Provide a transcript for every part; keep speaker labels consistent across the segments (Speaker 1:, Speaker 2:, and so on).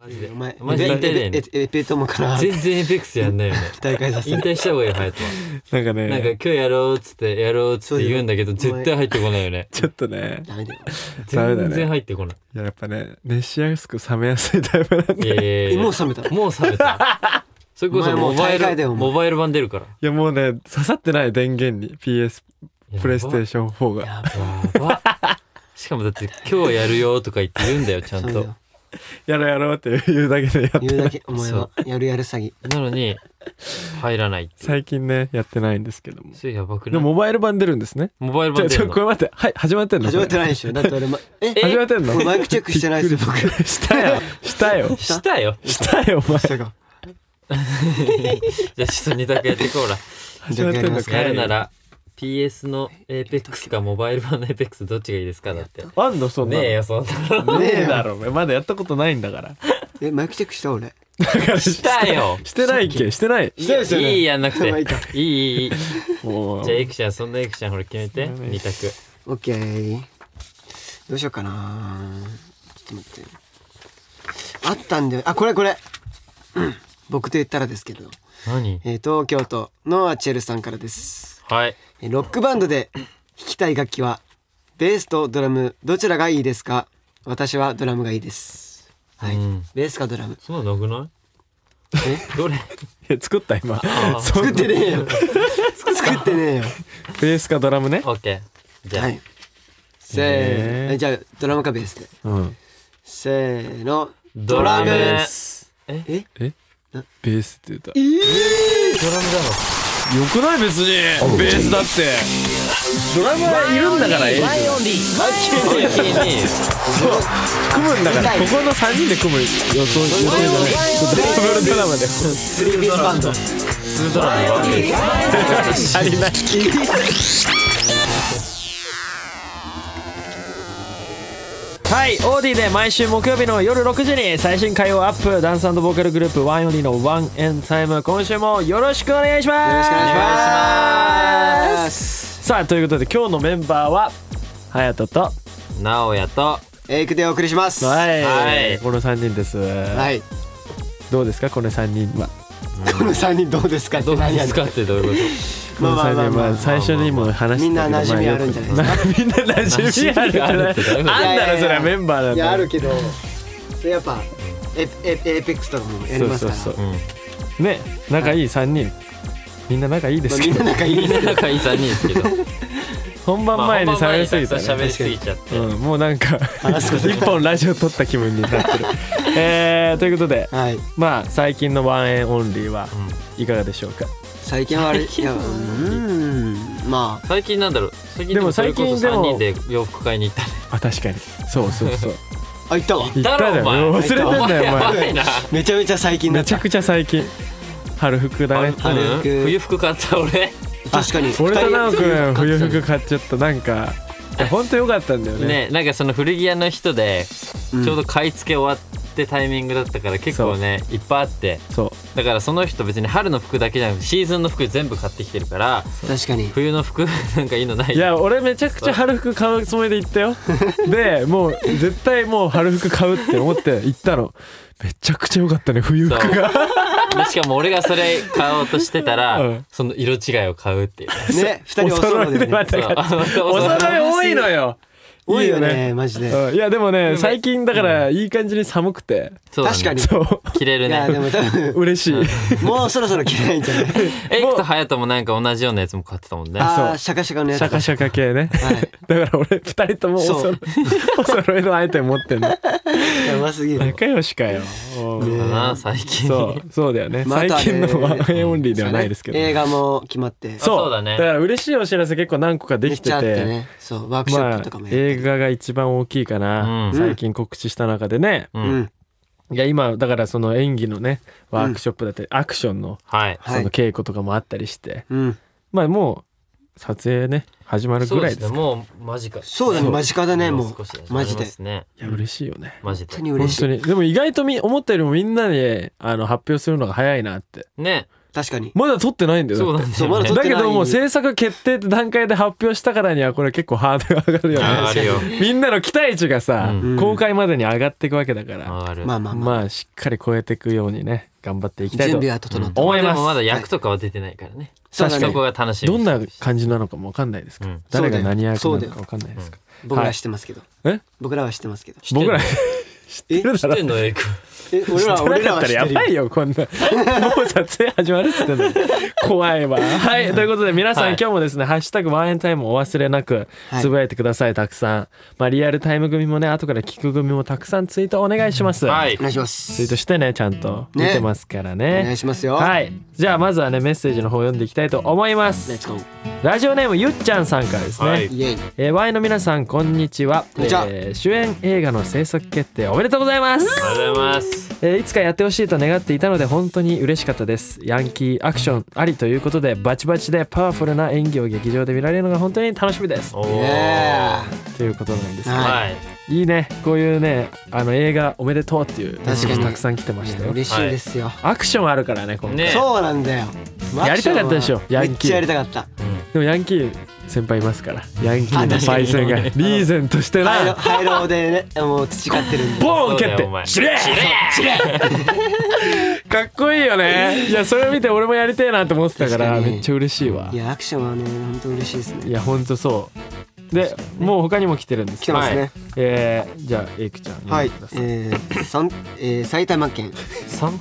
Speaker 1: マジでお前
Speaker 2: マジ
Speaker 1: エ
Speaker 2: で
Speaker 1: ペ
Speaker 2: 痛いね
Speaker 1: エペエペトモから
Speaker 2: 全然エペックスやんないよね
Speaker 1: 大会させ
Speaker 2: 引
Speaker 1: て
Speaker 2: 退した方がいい隼
Speaker 3: なんかね
Speaker 2: 人はなんか今日やろうっつってやろうっつって言うんだけど
Speaker 1: そうだよ
Speaker 2: 絶対入ってこないよね
Speaker 3: ちょっとね
Speaker 1: ダメだよ
Speaker 3: ダメだね
Speaker 2: 全然入ってこない
Speaker 3: いややっぱね熱しやすく冷めやすいタイプなんで
Speaker 2: いやいやい
Speaker 1: え
Speaker 2: や
Speaker 1: もう冷めた
Speaker 2: もう冷めたそれこそ
Speaker 1: お前も
Speaker 2: モ
Speaker 1: う
Speaker 2: バイ
Speaker 1: 大会だよ
Speaker 2: ル
Speaker 1: お前
Speaker 2: モバイル版出るから
Speaker 3: いやもうね刺さってない電源に PS
Speaker 2: やば
Speaker 3: プレイステーション4が
Speaker 1: や
Speaker 2: やばしかもだって今日やるよとか言って言うんだよちゃ
Speaker 1: ば
Speaker 2: ん
Speaker 1: そうだ
Speaker 2: と
Speaker 1: よ
Speaker 3: やろうやろうって言うだけでやって
Speaker 1: 言う
Speaker 3: な
Speaker 1: だ
Speaker 3: い
Speaker 1: けお前はやるやる詐欺
Speaker 2: なのに入らないっていう
Speaker 3: 最近ねやってないんですけども
Speaker 2: それやばく
Speaker 3: で
Speaker 2: ない
Speaker 3: もモバイル版出るんですね
Speaker 2: モバイル
Speaker 3: ち
Speaker 2: 版
Speaker 3: ょ
Speaker 2: 出
Speaker 3: ち
Speaker 2: る
Speaker 3: ょ
Speaker 2: の
Speaker 3: これ待ってはい始まってんの
Speaker 1: 始まって
Speaker 3: い
Speaker 1: ないでしょだって俺まえ
Speaker 3: 始まってんの
Speaker 1: これマイクチェックしてないですよ僕
Speaker 3: びっくりしたよした よ
Speaker 2: したよ
Speaker 3: したよお前
Speaker 1: したか
Speaker 2: じゃあちょっと2択やっていこうら
Speaker 3: 始まってんの
Speaker 1: 使
Speaker 3: か
Speaker 2: や
Speaker 3: い
Speaker 2: るなら PS の APEX かモバイル版の APEX どっちがいいですかだって
Speaker 3: あんのそんなの
Speaker 2: ねえよそんなの
Speaker 3: ねえだろお前まだやったことないんだから
Speaker 1: えマイクチェックした俺
Speaker 2: したよ
Speaker 3: してないっけしてない
Speaker 1: してないですよね
Speaker 2: いいやんなくて
Speaker 1: まあいいか
Speaker 2: いいいいいい
Speaker 3: もう
Speaker 2: じゃあエクちゃんそんなエクちゃんほら決めて2択
Speaker 1: オッケーどうしようかなちょっと待ってあったんだよあこれこれ、うん僕と言ったらですけど、
Speaker 2: 何
Speaker 1: えー東京都のアチェルさんからです
Speaker 2: はい
Speaker 1: えーロックバンドで弾きたい楽器はベースとドラムどちらがいいですか私はドラムがいいですはい、
Speaker 2: うん
Speaker 1: ベースかドラム
Speaker 2: そんなのなくないえどれ
Speaker 3: いや作った今
Speaker 2: あ
Speaker 3: そ
Speaker 1: 作
Speaker 3: う
Speaker 1: ってねえよ作ってねえよ
Speaker 3: ベースかドラムね
Speaker 2: オッケーじゃあ、
Speaker 1: はいせー
Speaker 3: えー
Speaker 1: のじゃあドラムかベースで
Speaker 3: うん
Speaker 1: せーの
Speaker 2: ドラム
Speaker 1: ドラム
Speaker 2: ですえ
Speaker 1: え
Speaker 3: え
Speaker 1: な
Speaker 3: ベースって言ったよ
Speaker 2: ドラムだろ
Speaker 3: くない別にベースだってドラムはいるんだからええ
Speaker 2: マイオンリーマイオンリー
Speaker 3: 組むんだからここの3人で組む予想予想じゃないダブルドラマで
Speaker 1: スリーピースバンド
Speaker 2: ドラム
Speaker 3: 足りないはい、オーディで毎週木曜日の夜6時に最新火曜アップダンスボーカルグループワンオンリーのワンエンタイム今週もよろしくお願いします
Speaker 1: よろしくお願いします
Speaker 3: さあということで今日のメンバーは隼人と
Speaker 2: なおやと
Speaker 1: エイクでお送りします
Speaker 3: はい、
Speaker 2: はい
Speaker 3: この3人です、
Speaker 1: はい
Speaker 3: どうですかこの3人は
Speaker 1: この三人どうですかって
Speaker 2: どう
Speaker 1: 何やね
Speaker 2: で
Speaker 1: ん
Speaker 2: すかってどういうこ
Speaker 3: この
Speaker 1: ま
Speaker 3: 3人
Speaker 1: あまあまあ
Speaker 3: は
Speaker 1: まあ
Speaker 3: 最初にも話
Speaker 1: み
Speaker 3: してたけど
Speaker 1: んな馴染みあるんじゃないです
Speaker 3: かみんな馴染みあるんじゃない
Speaker 2: 馴染み
Speaker 3: あ
Speaker 2: あ
Speaker 1: る
Speaker 3: ん
Speaker 1: ってどういうこと
Speaker 3: だろそれはメンバーなん
Speaker 1: いや
Speaker 3: だ
Speaker 1: あるけどそれやっぱエエエーペックスとかもやり
Speaker 3: そう
Speaker 1: ます
Speaker 3: そう
Speaker 1: から
Speaker 3: そう
Speaker 2: とうん
Speaker 3: ね仲いい3人みんな 仲いいですけ
Speaker 1: みん
Speaker 3: ど
Speaker 1: な仲いいで
Speaker 2: み
Speaker 1: す
Speaker 2: んな仲いい3人です けど
Speaker 3: 本番前に喋りすぎた
Speaker 2: まあ本番前にたくさん喋りす
Speaker 3: ね
Speaker 2: ぎちゃって
Speaker 3: うん、もうなんか
Speaker 1: 話すことない
Speaker 3: 一本ラジオ撮った気分になってるえー、ということで
Speaker 1: はい
Speaker 3: まあ最近のワンエンオンリーはいかがでしょうか、
Speaker 1: 最近はあれいやうーんまあ
Speaker 2: 最近なんだろう最近
Speaker 3: でも最近
Speaker 2: それこそ3人で洋服買いに行ったね
Speaker 3: あ確かにそうそうそう
Speaker 1: あ行ったわ
Speaker 3: 行っただ
Speaker 2: だろ
Speaker 3: よ
Speaker 2: お前
Speaker 3: 忘れてんだよ お前
Speaker 2: やばいな
Speaker 1: めちゃめちゃ最近だ
Speaker 3: め
Speaker 1: っ
Speaker 3: ち
Speaker 1: た
Speaker 3: ゃくちゃ最近春服だ
Speaker 2: あう
Speaker 3: ね
Speaker 2: ん
Speaker 1: 春服
Speaker 2: 冬服買った俺
Speaker 1: 確かに
Speaker 3: 俺と直くん
Speaker 1: 二人
Speaker 3: 冬服買っちゃったなんかいやほんとよかったんだよね
Speaker 2: ねなんかその古着屋の人で
Speaker 1: うん
Speaker 2: ちょうど買い付け終わってタイミングだったから結構ねいっぱいあって
Speaker 3: そう
Speaker 2: だからその人別に春の服だけじゃなくてシーズンの服全部買ってきてるから
Speaker 1: 確かに
Speaker 2: 冬の服 なんかいいのない
Speaker 3: いや俺めちゃくちゃ春服買うつもりで行ったよ でもう絶対もう春服買うって思って行ったのめちゃくちゃ良かったね冬服が
Speaker 2: でしかも俺がそれ買おうとしてたら、
Speaker 3: うん
Speaker 2: その色違いを買う っていうね
Speaker 1: ね二人
Speaker 3: お
Speaker 1: お揃
Speaker 3: 揃
Speaker 1: い
Speaker 3: い
Speaker 1: で
Speaker 3: でま
Speaker 1: ね
Speaker 3: た買っ
Speaker 2: そう
Speaker 3: てお揃い多いのよ
Speaker 1: 多いよ
Speaker 3: いいよ
Speaker 1: ねマジで
Speaker 3: うんいやでもね
Speaker 2: も
Speaker 3: 最近だからいい感じに寒くて
Speaker 2: そうだね
Speaker 1: 確かに
Speaker 3: そう
Speaker 2: 着れる
Speaker 1: いやで
Speaker 2: ね
Speaker 1: も多分
Speaker 3: 嬉しい
Speaker 1: もうそろそろ着ないんじゃない
Speaker 2: エイクとハヤトもなんか同じようなやつも買ってたもんね
Speaker 1: あ
Speaker 3: そ
Speaker 1: あ
Speaker 3: う
Speaker 1: シャカシャカのやつ
Speaker 3: シャカシャカ系ね
Speaker 1: はい
Speaker 3: だから俺二人ともお
Speaker 1: そ
Speaker 3: 揃
Speaker 1: う
Speaker 3: い お揃いのアイテム持ってんの
Speaker 1: やばすぎる
Speaker 3: 仲良しかよ
Speaker 1: ね
Speaker 2: だな最近
Speaker 3: そうそうだよね
Speaker 1: ま
Speaker 3: 最
Speaker 1: たね
Speaker 3: 近のワンエンオンリーではないですけど
Speaker 1: 映画も決まって
Speaker 2: あ
Speaker 3: そ
Speaker 2: そうう
Speaker 3: だ
Speaker 2: だ
Speaker 3: ね
Speaker 2: ね
Speaker 3: だから嬉しいお知らせ結構何個かで
Speaker 1: め
Speaker 3: き
Speaker 1: ってちゃあって
Speaker 3: て
Speaker 1: ねそうワークショッ
Speaker 3: ま
Speaker 1: プと
Speaker 3: あ
Speaker 1: かもやって
Speaker 3: 映画が一番大きいかな、
Speaker 2: うん
Speaker 3: 最近告知した中でね、
Speaker 2: う
Speaker 1: うんん
Speaker 3: いや今だからその演技のねワークショップだってアクションの
Speaker 2: はい
Speaker 1: は
Speaker 3: そ
Speaker 1: い
Speaker 3: の稽古とかもあったりして、
Speaker 1: うん
Speaker 3: まあもう撮影ね始まる
Speaker 2: そ
Speaker 3: ぐ
Speaker 2: う
Speaker 3: ら
Speaker 2: で
Speaker 3: い
Speaker 2: す
Speaker 3: です
Speaker 2: ね
Speaker 3: か
Speaker 2: もう間近
Speaker 1: そうだね間近だねも
Speaker 2: う少しで
Speaker 1: うマジで
Speaker 2: 始まりますね
Speaker 3: いや嬉しいよね
Speaker 2: マジ
Speaker 1: 本当
Speaker 2: で
Speaker 1: に
Speaker 3: 本
Speaker 1: 嬉し
Speaker 3: 当
Speaker 1: い
Speaker 3: にでも意外とみ思ったよりもみんなにあの発表するのが早いなって
Speaker 2: ね
Speaker 1: 確かに
Speaker 3: まだ撮ってないんだよ
Speaker 2: そうなんだ
Speaker 1: そうま
Speaker 2: よ
Speaker 1: だ撮
Speaker 2: ね
Speaker 1: っ
Speaker 3: だ
Speaker 1: て
Speaker 3: け
Speaker 1: ない
Speaker 3: どもう制作決定って段階で発表したからにはこれ結構ハードル上がるよ
Speaker 2: あ
Speaker 3: ね
Speaker 2: ある よ
Speaker 3: みんなの期待値がさ、
Speaker 2: うん
Speaker 3: 公開までに上がっていくわけだから、
Speaker 2: ある
Speaker 1: まあまあまあ
Speaker 3: まあしっかり超えていくようにね頑張っていきたい
Speaker 1: 準
Speaker 3: と
Speaker 1: 備は整った、
Speaker 3: うん思い
Speaker 2: で
Speaker 3: ます
Speaker 2: もまだ役とかは出てないからね
Speaker 1: そうだね
Speaker 2: そこが楽しみ
Speaker 3: どんな感じなのかもわかんないですから、
Speaker 2: うん
Speaker 3: 誰が何役
Speaker 1: そう
Speaker 3: な
Speaker 1: だよ
Speaker 3: のかわかんないですから、
Speaker 1: 僕らは知ってますけど、
Speaker 3: え
Speaker 1: 僕らは知ってますけど
Speaker 2: 知ってん
Speaker 3: 僕
Speaker 2: の
Speaker 3: ら
Speaker 2: 知
Speaker 1: え
Speaker 3: 知
Speaker 2: ってんのエイク
Speaker 1: え俺らは俺らは知って
Speaker 3: や
Speaker 1: るよ
Speaker 3: ばいよこん なもう撮影始まるっつってんのに怖いわはいということで皆さん、
Speaker 2: はい
Speaker 3: 今日もですね「ハッシュタグワンエンタイム」お忘れなく
Speaker 1: はい
Speaker 3: つぶやいてくださいたくさん、まあ、リアルタイム組もね後から聞く組もたくさんツイートお願いします、
Speaker 2: はい
Speaker 1: お願いしま
Speaker 3: ツイー
Speaker 1: す
Speaker 3: トしてねちゃんと見
Speaker 1: ね
Speaker 3: てますからね
Speaker 1: お願いしますよ
Speaker 3: はいじゃあまずはねメッセージの方読んでいきたいと思います
Speaker 1: レッツゴー
Speaker 3: ラジオネームゆっちゃんさんからですね、
Speaker 2: はい
Speaker 1: イエイ
Speaker 3: えー、ワイの皆さんこんにちは
Speaker 1: こんにちは
Speaker 3: えー主演映画の制作決定おめでとうございます、
Speaker 2: ありがとうございます
Speaker 3: えーいつかやってほしいと願っていたので本当に嬉しかったですヤンキーアクションありということでバチバチでパワフルな演技を劇場で見られるのが本当に楽しみです
Speaker 2: お
Speaker 1: イエ
Speaker 2: ー
Speaker 1: ーイ
Speaker 3: ということなんです
Speaker 1: は
Speaker 3: が
Speaker 2: はい
Speaker 3: いいねこういうねあの映画おめでとうっていう
Speaker 1: 確かに
Speaker 3: たくさん来てました
Speaker 1: いや
Speaker 3: よ
Speaker 1: 嬉しいですよ、
Speaker 3: アクションあるからね今回
Speaker 2: ね
Speaker 1: そうなんだよ
Speaker 3: やりたかったでしょ
Speaker 1: マク
Speaker 3: ヤ
Speaker 1: ションは
Speaker 3: ンキ
Speaker 1: めっ
Speaker 3: ー
Speaker 1: ちゃやりたかった
Speaker 3: でもヤンキー先輩いますからヤンキー
Speaker 1: あ
Speaker 3: の
Speaker 1: 確か
Speaker 3: パイ
Speaker 1: に
Speaker 3: センがリーゼントして
Speaker 1: 廃炉
Speaker 3: な
Speaker 1: 廃炉でねもう培ってるんで
Speaker 3: ボーン蹴
Speaker 2: そう
Speaker 3: っ
Speaker 2: だよ
Speaker 3: て
Speaker 2: お前
Speaker 3: 知れ かっこいいよねいやそれ見て俺もやりてえなと思ってたから
Speaker 1: 確かに
Speaker 3: めっちゃ嬉しいわ
Speaker 1: いやアクションはね本当嬉しいです
Speaker 3: い
Speaker 1: ね
Speaker 3: やほんとそうでもう他にも来てるんです
Speaker 1: 来てますね、
Speaker 3: はいえー、じゃあエイクちゃん
Speaker 1: はい
Speaker 3: 読んでく
Speaker 1: え
Speaker 3: だ、さい
Speaker 1: ー、さん、えー、埼玉 県、
Speaker 2: 三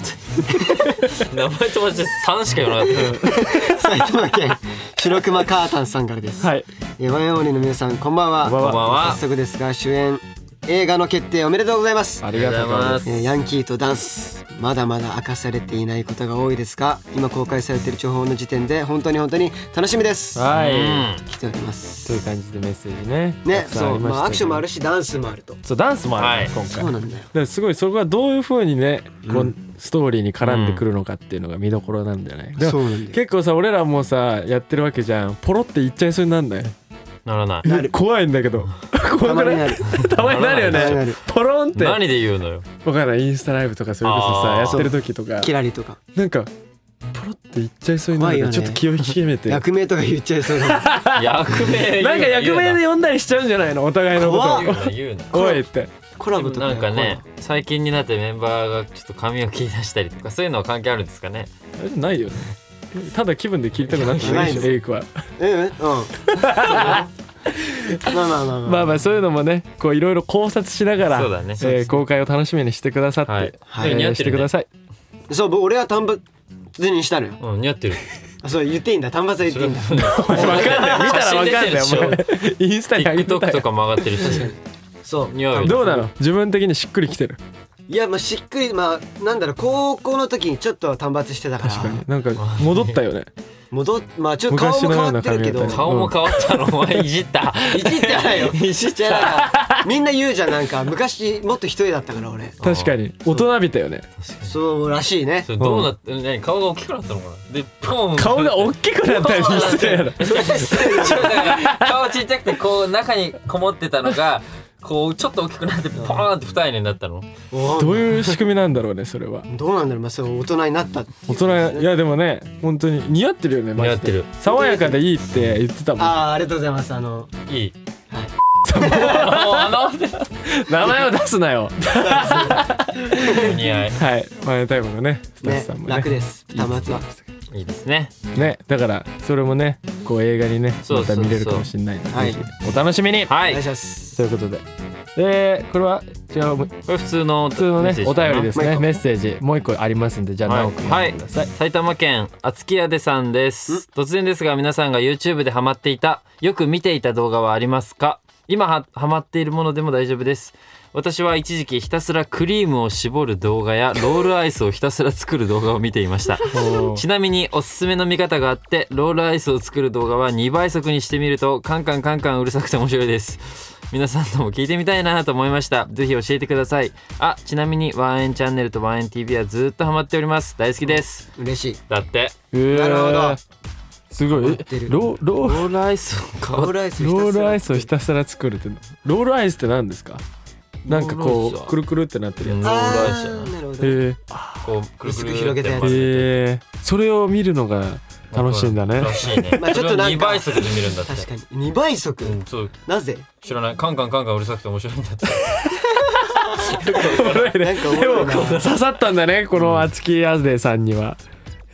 Speaker 2: 名前と同じで三しか言わなかっ
Speaker 1: 埼玉 県白熊カータンさんからです。
Speaker 3: はい
Speaker 1: えー、ワンエンオンリーの皆さん、こんばんは。
Speaker 3: こんばん
Speaker 2: たこんばんは
Speaker 1: 早速ですが、主演映画の決定おめでとうございます。
Speaker 3: ありがとうございま
Speaker 1: え
Speaker 3: す
Speaker 1: ーヤンキーとダンスまだまだ明かされていないことが多いですが今公開されている情報の時点で本当に本当に楽しみです
Speaker 3: は
Speaker 2: う
Speaker 3: い、
Speaker 2: ん
Speaker 1: 来ておりま
Speaker 3: と
Speaker 1: す
Speaker 3: いう感じでメッセージね
Speaker 1: ね
Speaker 3: たくさ
Speaker 1: そう
Speaker 3: んりしたけ
Speaker 1: ま
Speaker 3: ど
Speaker 1: あアクションもあるしダンスもあると
Speaker 3: そうダンスもある、ね
Speaker 2: は
Speaker 3: 今回
Speaker 1: そうなんだよ
Speaker 3: だからすごいそこがどういうふうにね、こうストーリーに絡んでくるのかっていうのが見どころなんだよね、でも
Speaker 1: そうなんだよ
Speaker 3: 結構さ俺らもさやってるわけじゃんポロって言っちゃいそうになんない
Speaker 2: ならない
Speaker 1: なる
Speaker 3: 怖いんだけど
Speaker 1: た
Speaker 3: 怖
Speaker 1: ま
Speaker 3: く
Speaker 1: に
Speaker 3: な
Speaker 1: ないる
Speaker 3: たまになるよ
Speaker 1: たまにな
Speaker 3: ね
Speaker 1: る
Speaker 3: ポロンって
Speaker 2: 何で言うの よ
Speaker 3: 僕らインスタライブとかそれこそさ
Speaker 2: あー
Speaker 3: やってる時とか
Speaker 1: キラリとか
Speaker 3: なんかポロって言っちゃいそうになるか
Speaker 1: 怖
Speaker 3: ら、
Speaker 1: い
Speaker 3: ち
Speaker 1: よ
Speaker 3: ょっ
Speaker 1: ね
Speaker 3: と気を引き締めてなんか
Speaker 1: 役名とか言っちゃいそう だ
Speaker 2: 役名言う
Speaker 3: 役名で呼んだりしちゃうんじゃないのお互いのこ
Speaker 1: 怖
Speaker 3: と
Speaker 1: っ
Speaker 2: 言うな言うな
Speaker 3: おいって
Speaker 1: コラボと
Speaker 2: で
Speaker 1: か
Speaker 2: もなんかね最近になってメンバーがちょっと髪を切り出したりとかそういうのは関係あるんですかね
Speaker 3: あれじゃないよねただ気分で切りたくなって
Speaker 1: な
Speaker 3: ない
Speaker 1: い
Speaker 3: し
Speaker 1: の
Speaker 3: エイクは
Speaker 1: うん うんうんまあまあまあま
Speaker 3: まあまあそういうのもねこういろいろ考察しながら、
Speaker 2: そうだね
Speaker 3: えー
Speaker 2: そうですね
Speaker 3: 公開を楽しみにしてくださって、
Speaker 2: はい
Speaker 1: はい
Speaker 3: えー
Speaker 2: 似合ってるね
Speaker 3: してください
Speaker 1: あそう僕俺は単発にしたのよ
Speaker 2: うん似合って る
Speaker 1: あそう言っていいんだ単発で言っていいんだ
Speaker 3: 分かんない見たら分かんない
Speaker 2: 写真出て
Speaker 3: お前インスタに上げてた
Speaker 2: TikTok と
Speaker 3: よ
Speaker 2: かも上がってるし
Speaker 1: そう
Speaker 2: 似合うよ
Speaker 3: どうなの自分的にしっくりきてる
Speaker 1: いやまあしっくりまあなんだろう高校の時にちょっと単発してたから
Speaker 3: 確かになんか戻ったよね
Speaker 1: 戻っまあちょっと顔も変わってるけど
Speaker 3: 昔のような髪型
Speaker 2: 顔も変わったのお前いじった
Speaker 1: いじってないよいじってないからみんな言うじゃんなんか昔もっと一人だったから俺
Speaker 3: 確かに大人びたよね
Speaker 1: そうらしいね
Speaker 2: それどうなって何顔が大きくなったのかなでポン
Speaker 3: 顔が大きくなったよ
Speaker 2: そうなんだよ
Speaker 3: 失礼やろ
Speaker 2: 違うだから 顔ちっちゃくてこう中にこもってたのがこうちょっと大きくなってポーンって二重になったの
Speaker 1: お
Speaker 3: どう
Speaker 1: ー
Speaker 3: いう仕組みなんだろうねそれは
Speaker 1: どうなんだろうまあそう大人になったっていう
Speaker 3: 大人いやでもね本当に似合ってるよねマジで
Speaker 2: 似合ってる
Speaker 3: 爽やかでいいって言ってたもん
Speaker 1: ああありがとうございますあの
Speaker 2: いい
Speaker 1: はい
Speaker 2: もうあの
Speaker 3: 名前を出すなよ
Speaker 2: お似合い
Speaker 3: はいマネタイムのねスタッフ
Speaker 1: ね
Speaker 3: さんもね
Speaker 1: 楽です
Speaker 3: いい
Speaker 1: 単発はい
Speaker 2: いですね
Speaker 3: ねだからそれもねこう映画にね
Speaker 2: そ
Speaker 3: ま
Speaker 2: うそ
Speaker 3: た
Speaker 2: うそう
Speaker 3: 見れるかもしれないので
Speaker 1: はい
Speaker 3: ぜひお楽しみに
Speaker 2: は
Speaker 1: お
Speaker 2: い
Speaker 1: 願いし
Speaker 2: こ
Speaker 1: ます
Speaker 3: ということでえーこれは違うもう
Speaker 2: れ普通の
Speaker 3: 普通のねお便りです
Speaker 1: もう一
Speaker 3: ね
Speaker 1: 個
Speaker 3: メッセージもう一個ありますんでじゃあ
Speaker 2: はい
Speaker 3: 直君読んでください
Speaker 2: 埼玉県厚木屋でさんです突然ですが皆さんが YouTube でハマっていたよく見ていた動画はありますか今はハマっているものでも大丈夫です私は一時期ひたすらクリームを絞る動画やロールアイスをひたすら作る動画を見ていました
Speaker 3: おー
Speaker 2: ちなみにおすすめの見方があってロールアイスを作る動画は2倍速にしてみるとカンカンカンカンうるさくて面白いです皆さんとも聞いてみたいなと思いましたぜひ教えてくださいあちなみにワンエンチャンネルとワンエン TV はずっとハマっております大好きです
Speaker 1: 嬉しい
Speaker 2: だって
Speaker 3: うー
Speaker 1: なるほど
Speaker 3: すごい
Speaker 1: 合って
Speaker 3: え
Speaker 1: る
Speaker 3: ロ
Speaker 2: ロ
Speaker 3: ロー
Speaker 2: ールアイスを買
Speaker 1: ロー
Speaker 2: う
Speaker 1: ルアイス
Speaker 3: ロ
Speaker 1: ひたすら
Speaker 3: ールアイスをひたすら作るってロールアイスって何ですかなんか
Speaker 2: ロールアイ
Speaker 3: こ
Speaker 2: スは
Speaker 3: うくるくるってなってるやつ
Speaker 2: ロールアイス
Speaker 1: あーなるほど
Speaker 3: へえ
Speaker 2: こうくるくる
Speaker 1: 薄く広げたやつ
Speaker 2: って回る
Speaker 3: えー、それを見るのが楽しいんだね
Speaker 2: らしいね
Speaker 1: まあちょっとなんか
Speaker 2: それを二倍速で見るんだって
Speaker 1: 確かに2倍速、
Speaker 2: うんそう
Speaker 1: なぜ
Speaker 2: 知らないカンカンカンカンうるさくて面白いんだって
Speaker 1: なんかおもろいな
Speaker 3: 刺さったんだねこの熱木アズデさんには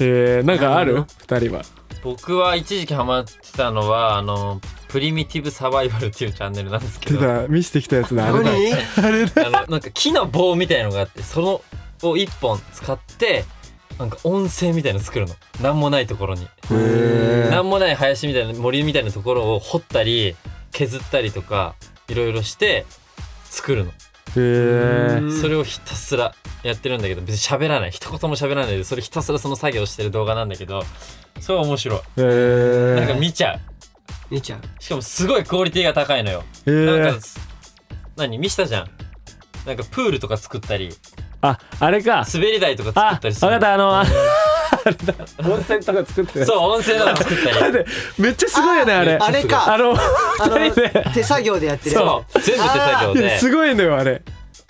Speaker 3: えー、なんかある二人は
Speaker 2: 僕は一時期ハマってたのはあのプリミティブサバイバルっていうチャンネルなんですけ
Speaker 3: 出
Speaker 2: ど あ
Speaker 3: た見せてきたやつだあれだ
Speaker 1: 何
Speaker 2: のなんか木の棒みたいのがあってそのを一本使ってなんか音声みたいの作るのなんもないところに
Speaker 3: へ
Speaker 2: なんもない林みたいな森みたいなところを掘ったり削ったりとかいろいろして作るの、
Speaker 3: え
Speaker 1: うん
Speaker 2: それをひたすらやってるんだけど別に喋らない一言も喋らないでそれひたすらその作業してる動画なんだけどそれは面白い
Speaker 3: えー
Speaker 2: なんか見ちゃう
Speaker 1: 見ちゃう
Speaker 2: しかもすごいクオリティが高いのよ
Speaker 3: え
Speaker 2: なん
Speaker 3: ー
Speaker 2: か、何見したじゃん。なんかプールとか作ったり、
Speaker 3: ああれか
Speaker 2: 滑り台とか
Speaker 3: あ
Speaker 2: 作っ
Speaker 3: わ
Speaker 2: た
Speaker 3: か
Speaker 2: り
Speaker 3: っ
Speaker 2: する。
Speaker 3: たあのあれだ温泉とか作ってる
Speaker 2: そう、温泉とか作 ったり。
Speaker 3: めっちゃすごいよねあれ
Speaker 1: あれか
Speaker 3: あの
Speaker 1: あ
Speaker 3: 二人で
Speaker 1: の手作業でやってるやつ
Speaker 2: そう、全部手作業で。
Speaker 3: すごいのよあれ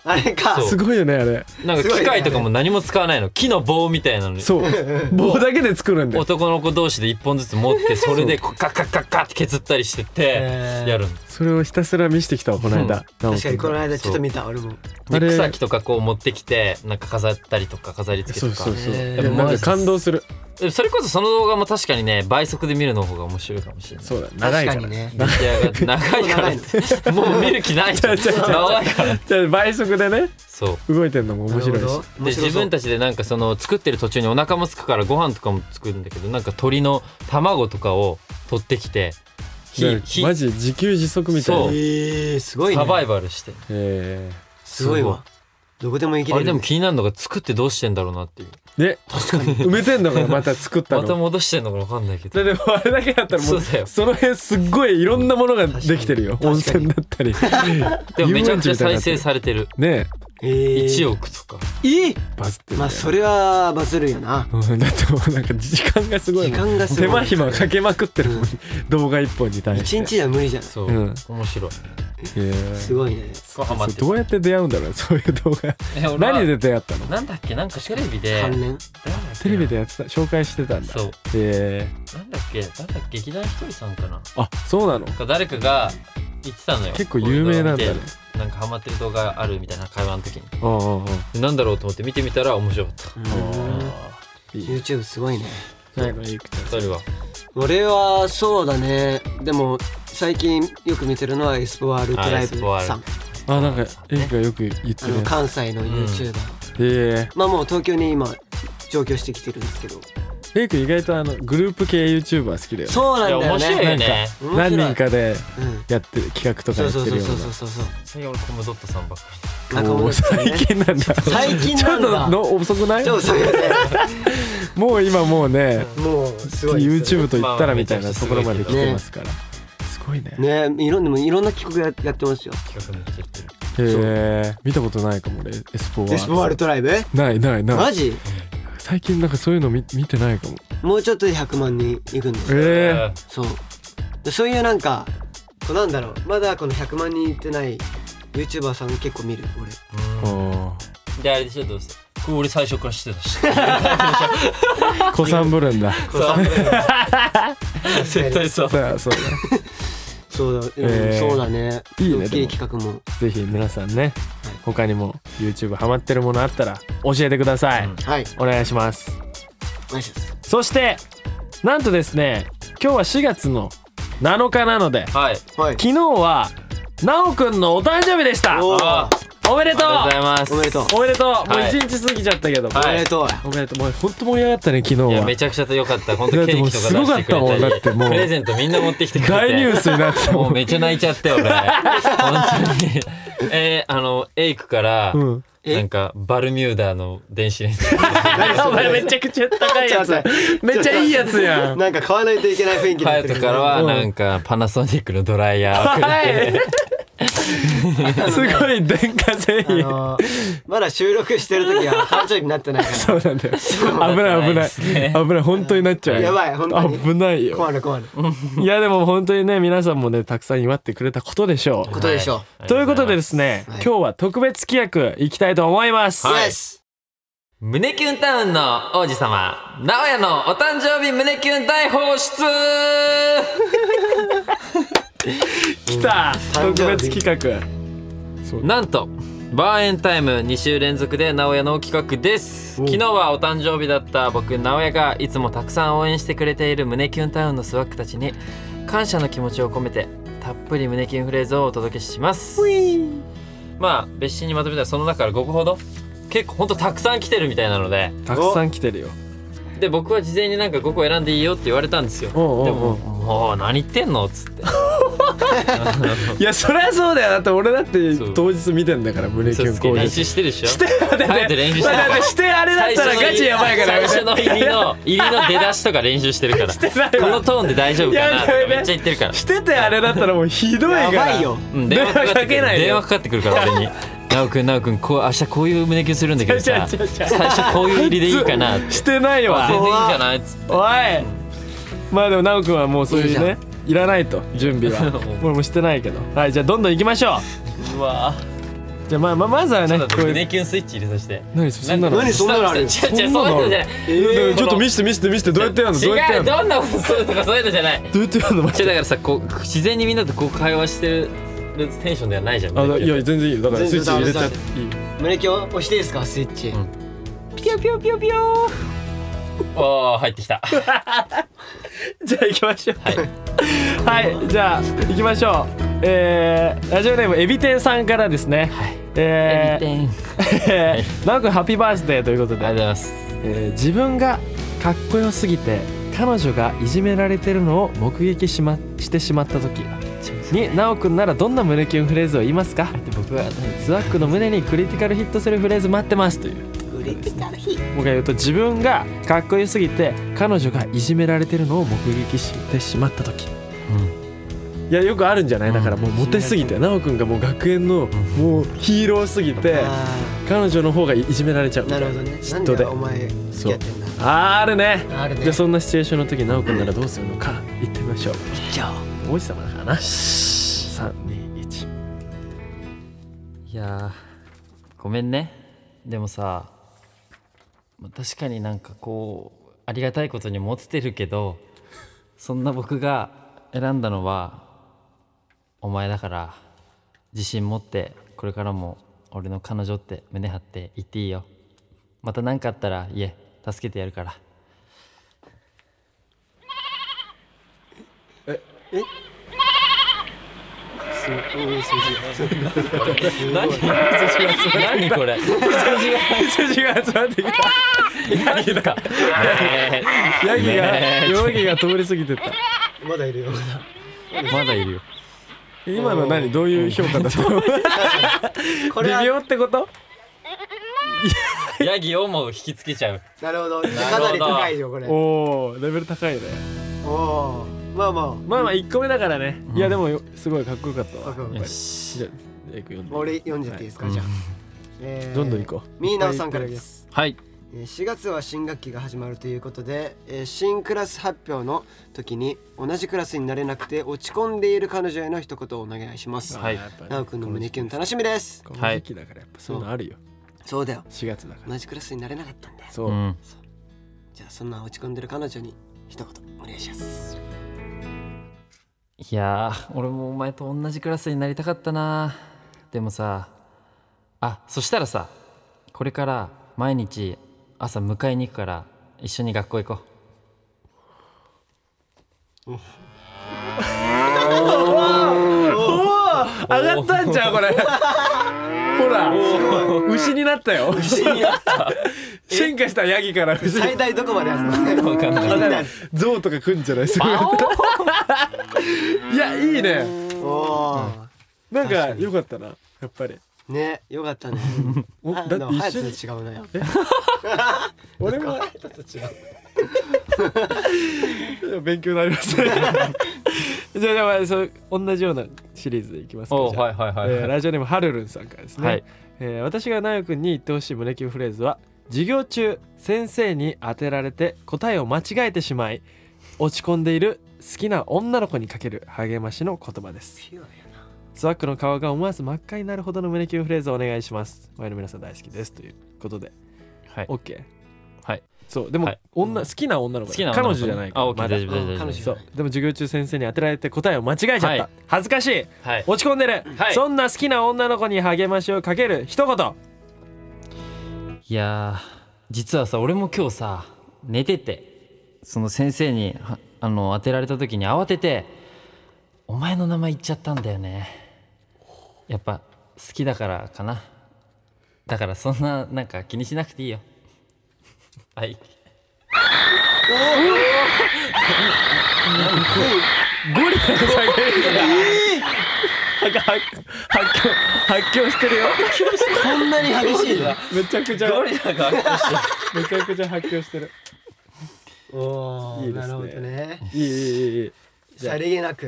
Speaker 1: あれか
Speaker 2: そう
Speaker 3: すごいよねあれ
Speaker 2: なんか機械とかも何も使わないの。木の棒みたいなのに。
Speaker 3: そう棒だけで作るんだよ
Speaker 2: 男の子同士で一本ずつ持って、それでこうカッカッカッカッって削ったりしてって
Speaker 1: へ、ー
Speaker 2: やるの。
Speaker 3: それをひたすら見せてきたわこの間
Speaker 1: 確かにこの間ちょっと見た俺も
Speaker 2: で
Speaker 3: あれ
Speaker 2: 草木とかこう持ってきて、なんか飾ったりとか飾り付け
Speaker 3: そう
Speaker 2: とか
Speaker 3: そう。そう
Speaker 1: へー
Speaker 3: いやなんか感動する
Speaker 2: でそれこそその動画も確かにね、倍速で見るの方が面白いかもしれない。
Speaker 3: そうだ長
Speaker 1: 確
Speaker 3: い
Speaker 1: か
Speaker 3: か
Speaker 1: に
Speaker 3: ら
Speaker 1: ね
Speaker 2: 出来上がって長いからってもう見る気ないじゃん
Speaker 3: 違う違う違う
Speaker 2: 長いから
Speaker 3: じゃあ 倍速でね
Speaker 2: そう
Speaker 3: 動いてんのも面白い
Speaker 1: なる
Speaker 3: し
Speaker 1: ほど
Speaker 2: で
Speaker 1: 面白そう
Speaker 2: 自分たちでなんかその作ってる途中にお腹も空くからご飯とかも作るんだけどなんか鳥の卵とかを取ってきて火
Speaker 3: ね
Speaker 2: 火
Speaker 3: マジ自給自足みたい
Speaker 2: そ
Speaker 3: な
Speaker 2: う
Speaker 1: えー、すごい
Speaker 2: サバイ
Speaker 1: ね
Speaker 2: バルして
Speaker 3: え
Speaker 1: すごいわどこでも行け
Speaker 2: あ
Speaker 1: れ
Speaker 2: れ
Speaker 1: る
Speaker 2: でも気になるのが作ってどうしてんだろうなっていう
Speaker 3: ーね
Speaker 1: 確かに
Speaker 3: 埋めてんのかなまた作った
Speaker 2: また
Speaker 3: の
Speaker 2: 戻してんのか分かんないけど
Speaker 3: ででもあれだけだったらもう
Speaker 2: そう だよ
Speaker 3: その辺すっごいいろんなものができてるよ
Speaker 1: 確かに
Speaker 3: 温泉だったり
Speaker 2: でもめちゃくちゃ再
Speaker 3: 遊園地みたいになって
Speaker 2: 生
Speaker 3: る
Speaker 2: されてる
Speaker 3: ね
Speaker 1: えー、
Speaker 2: 1億とか
Speaker 1: いい
Speaker 3: バズってる
Speaker 1: まあそれはバズるよな
Speaker 3: うんだってもうなんか時間がすごい
Speaker 1: 時
Speaker 3: もん
Speaker 1: 間がす
Speaker 3: 手
Speaker 1: ご
Speaker 3: 間
Speaker 1: い
Speaker 3: 暇かけまくってるもん動画一本に対して
Speaker 1: 一日じゃ無理じゃん
Speaker 2: そう、
Speaker 3: うん
Speaker 2: 面白い
Speaker 3: へー
Speaker 1: すごいね
Speaker 2: こうハマって
Speaker 3: どうやって出会うんだろうねそういう動画
Speaker 2: え俺は
Speaker 3: 何で出会ったの
Speaker 2: なんだっけなんかテレビで
Speaker 1: 関連
Speaker 3: テレビでやってた紹介してたんだ
Speaker 2: そう
Speaker 3: へえ
Speaker 2: なんだっけなんだっけ劇団ひとりさんかな
Speaker 3: あそうなの
Speaker 2: なんか誰かが言ってたのよ
Speaker 3: 結構有名なん
Speaker 2: こ
Speaker 3: だね
Speaker 2: ういう動画見てなんかハマってる動画あるみたいな会話の時に
Speaker 3: うんうんうん
Speaker 2: でなんだろうと思って見てみたら面白かった
Speaker 1: うん
Speaker 3: あ
Speaker 1: YouTube すごいね
Speaker 3: ないのゆくちゃん
Speaker 2: 二人は
Speaker 1: 俺はそうだねでも最近よく見てるのはエスポワールドライブ
Speaker 2: あエスポ
Speaker 1: さ
Speaker 2: ワー
Speaker 1: ん
Speaker 3: あなんかエイクがよく言って
Speaker 1: あ
Speaker 3: る
Speaker 1: の
Speaker 3: やつ
Speaker 1: 関西の YouTuber、
Speaker 3: へ
Speaker 1: まあもう東京に今上京してきてるんですけど
Speaker 3: えエイク意外とあのグループ系 YouTuber 好きだよね
Speaker 1: そうなんだよ
Speaker 2: い
Speaker 1: ね
Speaker 2: や面白いよね
Speaker 3: なん
Speaker 1: 面白い
Speaker 3: 何人かで
Speaker 1: うん
Speaker 3: やってる企画とか
Speaker 1: そ
Speaker 3: や
Speaker 1: う
Speaker 3: って
Speaker 1: そう
Speaker 3: る
Speaker 1: そう
Speaker 3: よ
Speaker 1: そうそう
Speaker 3: う
Speaker 1: そう
Speaker 2: 最近俺コムドットさんばっか
Speaker 1: そう仲間
Speaker 3: なお
Speaker 1: で
Speaker 3: ー
Speaker 1: すからね
Speaker 3: 最近なんだ
Speaker 1: 最近なんだ
Speaker 3: ちょっとの遅くない
Speaker 1: ちょっとそういうね
Speaker 3: もう今もうね
Speaker 1: もうすごいですよ
Speaker 3: YouTube と言ったらみたいなところまで来てますからすごいね
Speaker 1: ねいろんでもいろんな企画ややってますよ
Speaker 2: り企画めっちゃやってる
Speaker 3: へえ見たことないかも俺エスポワール
Speaker 1: エスポワールドライブ
Speaker 3: ないないな
Speaker 1: マ
Speaker 3: い
Speaker 1: ジ
Speaker 3: 最近なんかそういうの見見てないかも
Speaker 1: もうちょっとで100万人いくんですよ
Speaker 3: え
Speaker 1: そうでそういうなんかこうなんだろうまだこの100万人いってない YouTuber さん結構見る俺
Speaker 2: えー
Speaker 3: えー
Speaker 2: うんであれでしょどうせこれ俺最初から知ってたし
Speaker 3: 子さんぶるんだ
Speaker 2: 絶対さ
Speaker 3: そうだそう
Speaker 1: そうだ、
Speaker 3: えー
Speaker 1: そうだね
Speaker 3: いいね
Speaker 1: 大きい企画も
Speaker 3: だぜひ皆さんね他にも YouTube ハマってるものあったら教えてください、
Speaker 2: うん
Speaker 1: はい
Speaker 3: お願いします
Speaker 1: お願いします
Speaker 3: そしてなんとですね今日は4月の7日なので
Speaker 2: はい
Speaker 1: はい
Speaker 3: 昨日はなおくんのお誕生日でした
Speaker 1: お
Speaker 3: お
Speaker 1: ー
Speaker 2: あ
Speaker 3: めでと
Speaker 2: ありが
Speaker 3: う
Speaker 2: とうございます
Speaker 1: おめでとう
Speaker 3: おめでとうもう
Speaker 2: はい
Speaker 3: 1日過ぎちゃったけど、
Speaker 2: はい
Speaker 1: おめでとう
Speaker 3: おめでとうもうほんと盛り上がったね昨日はい
Speaker 2: やめちゃくちゃ良かった本
Speaker 3: だ
Speaker 2: 当
Speaker 3: って
Speaker 2: ケー
Speaker 3: もう
Speaker 2: キとか出してくれ
Speaker 3: すごかったたもんだっても
Speaker 2: り
Speaker 3: う
Speaker 2: プレゼントみんな持ってきてくれて
Speaker 3: 大ニュースになってた
Speaker 2: も
Speaker 3: も
Speaker 2: うんめっちゃ泣いちゃったよ俺本当にえー、あのエイクから、
Speaker 3: うん
Speaker 1: え
Speaker 2: なんかバルミューダの電子レンジ
Speaker 3: お前めちゃく ちゃ高いやつ
Speaker 1: ちょっと
Speaker 3: めっちゃいいやつやん
Speaker 1: なんか買わないといけない雰囲気になって
Speaker 2: 隼
Speaker 1: る
Speaker 2: 人からは
Speaker 3: うん
Speaker 2: なんかパナソニックのドライヤーをくれ
Speaker 3: はい。すごい電化製
Speaker 1: あ
Speaker 3: 品。
Speaker 1: のーまだ収録してる時は誕生日になってないか
Speaker 3: そうなんだよ。危ない危
Speaker 2: な
Speaker 3: ないい
Speaker 2: ですね
Speaker 3: 危ない本当になっちゃうよ。
Speaker 1: やばい本当に
Speaker 3: 危ない
Speaker 1: ら
Speaker 3: よ。
Speaker 1: 困る困る
Speaker 3: いやでも本当にね皆さんもねたくさん祝ってくれたことでしょ
Speaker 1: ことでしょ
Speaker 2: は
Speaker 3: う。ということでですね
Speaker 1: はい
Speaker 3: 今日は特別企画いきたいと思います。
Speaker 1: う
Speaker 2: はい
Speaker 1: Yes
Speaker 2: 胸キュンタウンの王子様直哉のお誕生日胸キュン大放出
Speaker 3: 来た
Speaker 1: 誕
Speaker 3: 特
Speaker 1: 生日
Speaker 3: 別企画
Speaker 2: なんとバーエンタイム2週連続で直哉の企画です
Speaker 1: お
Speaker 2: 昨日はお誕生日だった僕直哉がいつもたくさん応援してくれている胸キュンタウンのスワックたちに感謝の気持ちを込めてたっぷり胸キュンフレーズをお届けしますまあ別紙にまとめたらその中から5個ほど結構ほんとたくさん来てるみたいなので
Speaker 3: たくさん来てるよ
Speaker 2: で僕は事前になんか5個選んでいいよって言われたんですよ
Speaker 3: おうおうおう
Speaker 2: でも「もう何言ってんの?」っつ って
Speaker 3: いやそりゃそうだよだって俺だって
Speaker 2: そう
Speaker 3: 当日見てんだから胸キュン
Speaker 2: 嘘つき
Speaker 3: 工
Speaker 2: 練
Speaker 3: 事
Speaker 2: 習してるでしょして
Speaker 3: だ
Speaker 2: あえて練習してる
Speaker 3: だってしてあれだったらガチやばいから
Speaker 2: 最初の入りの入りの出だしとか練習してるからこのトーンで大丈夫かなとかめっちゃ言ってるから
Speaker 3: しててあれだったらもうひどいから
Speaker 1: やばいよ
Speaker 2: うん電話かかってく
Speaker 3: 電話かけ
Speaker 2: る
Speaker 3: ないよ
Speaker 2: 電話かかってくるから俺に「なおくんなおくんこう明日こういう胸キュンするんだけどさ
Speaker 3: 違う違う違う
Speaker 2: 最初こういう入りでいいかな」って
Speaker 3: してな
Speaker 2: 「
Speaker 3: い
Speaker 2: あ全
Speaker 3: わ
Speaker 2: 然いいんじゃない?」っつって
Speaker 3: おいまあでも奈くんはもうそう
Speaker 1: い
Speaker 3: い
Speaker 1: いうじゃ
Speaker 3: ねいらないと準 備は俺もしてないけどはいじゃあどんどん行きましょ
Speaker 2: うわ
Speaker 3: うじゃあまあまあまずは
Speaker 2: ちょっ
Speaker 3: ね
Speaker 2: と待って
Speaker 3: こういう
Speaker 2: 胸キュンスイッチ入れさせて
Speaker 3: 何そそんなの
Speaker 1: 何そんなのある
Speaker 2: 違う違うそういうのじゃない
Speaker 3: えーちょっと
Speaker 2: この
Speaker 3: 見せて見せて見せてどうやってやるのどうやって
Speaker 2: 違
Speaker 3: や
Speaker 2: う
Speaker 3: るの
Speaker 2: どんなことするとかそういうのじゃない
Speaker 3: どうやってやるのマジ
Speaker 2: 違うだ
Speaker 3: で
Speaker 2: からさこう自然にみんなとこう会話してるテンションではないじゃん
Speaker 3: あだ
Speaker 2: 胸
Speaker 3: い
Speaker 2: キュン
Speaker 3: や全然いいよだからスイッチ入れちゃって
Speaker 1: 全
Speaker 3: いいよ
Speaker 1: 胸キュン押していいですかスイッチ、
Speaker 2: ん
Speaker 1: ピヨピヨピヨピヨ
Speaker 2: おー入ってきた
Speaker 3: じゃあ行きましょう
Speaker 2: はい
Speaker 3: はいじゃあ行きましょうえー、ラジオネームエビ天さんからですね、はい、えー、
Speaker 2: ンあり
Speaker 3: え ー奈くんハッピーバースデーということで
Speaker 2: がとうございます
Speaker 3: えー自分がかっこよすぎて彼女がいじめられてるのを目撃し,、ま、してしまった時に奈くんならどんな胸キュンフレーズを言いますかって僕はスワックの胸にクリティカルヒットするフレーズ待ってますという
Speaker 1: 売れてた日
Speaker 3: 僕が言うと自分がかっこよすぎて彼女がいじめられてるのを目撃してしまった時いやよくあるんじゃないだからもうモテすぎて奈くんがもう学園のもうヒーローすぎて
Speaker 1: あ
Speaker 3: 彼女の方がいじめられちゃう
Speaker 1: ーなるほどねなん
Speaker 3: 嫉妬
Speaker 1: で
Speaker 3: で
Speaker 1: お前付き合ってんだ
Speaker 3: あーあるね
Speaker 1: あるね
Speaker 3: じゃあそんなシチュエーションの時奈くんならどうするのか言ってみましょう
Speaker 1: じゃあ
Speaker 3: 王子様だからな321
Speaker 2: いやーごめんねでもさまあ確かになんかこうありがたいことにモテてるけどそんな僕が選んだのはお前だから自信持ってこれからも俺の彼女って胸張って言っていいよまた何かあったら言え助けてやるから何何これ
Speaker 3: 羊が集まってき
Speaker 2: 何だか
Speaker 3: たヤギが
Speaker 2: ねえ
Speaker 3: ヤギが通り過ぎてった
Speaker 1: まだいるよまだ
Speaker 2: まだいるよ
Speaker 3: 今の何どういう評価 だったの
Speaker 1: これ
Speaker 3: 微
Speaker 1: は
Speaker 3: 妙ってこと
Speaker 2: ヤギをもう引きつけちゃう
Speaker 1: なるほどかなり高いよこれお
Speaker 3: おおレベル高いね
Speaker 1: おーまあまあ
Speaker 3: まあまあ1個目だからねいやでもよすごいかっこよかったわ
Speaker 1: わかるわかる
Speaker 2: よし
Speaker 3: じゃあいくよ
Speaker 1: 俺読んじゃっていいですか、じゃあ、えー
Speaker 3: どんどん行こう
Speaker 1: みーなおさんからです
Speaker 2: はい
Speaker 1: えー4月は新学期が始まるということで、えー新クラス発表の時に同じクラスになれなくて落ち込んでいる彼女への一言をお願いします、
Speaker 2: はい
Speaker 1: なおくんの胸キュン楽しみです
Speaker 3: この時期だからやっぱそういうのあるよ
Speaker 1: そうだよ
Speaker 3: 4月だから
Speaker 1: 同じクラスになれなかったんだよ
Speaker 3: そう
Speaker 2: うん
Speaker 1: じゃあそんな落ち込んでる彼女に一言お願いします
Speaker 2: いやー俺もお前と同じクラスになりたかったなでもさあそしたらさこれから毎日朝迎えに行くから一緒に学校行こ
Speaker 3: 上がったんちゃうこ れほら牛になったよ牛になった進化したヤギから牛
Speaker 1: 最大どこまであるの
Speaker 2: うわかんない
Speaker 3: 象とか来んじゃないすごい
Speaker 2: パ
Speaker 3: いやいいね
Speaker 1: おー
Speaker 3: なんかよかったなやっぱり
Speaker 1: ねよかったね
Speaker 3: おだ
Speaker 1: あ
Speaker 3: って
Speaker 1: でも
Speaker 3: 一緒に
Speaker 1: 隼人と違うなよ
Speaker 3: 俺も
Speaker 1: ちょっと違う
Speaker 3: い や勉強になりますねじゃあじゃあまあそう同じようなシリーズでいきますか
Speaker 2: おう
Speaker 3: じゃあ
Speaker 2: はいはいはい
Speaker 3: えーラジオネームはるるんさんからですね、
Speaker 2: はい
Speaker 3: えー私がなよくんに言ってほしい胸キュンフレーズは授業中先生に当てられて答えを間違えてしまい落ち込んでいる好きな女の子にかける励ましの言葉です
Speaker 1: ピュアやな
Speaker 3: スワックの顔が思わず真っ赤になるほどの胸キュンフレーズをお願いします前の皆さん大好きですということで、
Speaker 2: はい
Speaker 3: OK
Speaker 2: はい
Speaker 3: そうでも、
Speaker 2: はい
Speaker 3: 女好きな女の子
Speaker 2: 好きな女の
Speaker 3: 彼
Speaker 2: 子
Speaker 3: 女じゃないから
Speaker 2: あ OK
Speaker 3: まだ
Speaker 2: 大丈夫大丈夫
Speaker 1: 彼
Speaker 2: 大
Speaker 1: 女
Speaker 2: 丈
Speaker 3: そうでも授業中先生に当てられて答えを間違えちゃった、
Speaker 2: はい
Speaker 3: 恥ずかしい
Speaker 2: 夫はい
Speaker 3: 落ち込んでる、
Speaker 2: はい
Speaker 3: そんな好きな女の子に励ましをかける一言
Speaker 2: いやー実はさ俺も今日さ寝ててその先生にはあの当てられた時に慌てて「お前の名前言っちゃったんだよね」やっぱ好きだからかなだからそんななんか気にしなくていいよ はい
Speaker 3: ゴリラの叫びだ。 は発狂発狂してるよ。
Speaker 1: こんなに激しいの
Speaker 3: めちゃくちゃ
Speaker 2: ゴリラが
Speaker 3: めちゃくちゃ発狂してる。
Speaker 1: おー
Speaker 3: いいで
Speaker 1: な
Speaker 3: すね
Speaker 1: るほどね
Speaker 3: いいいいいいいい。じゃあ
Speaker 1: さりげなく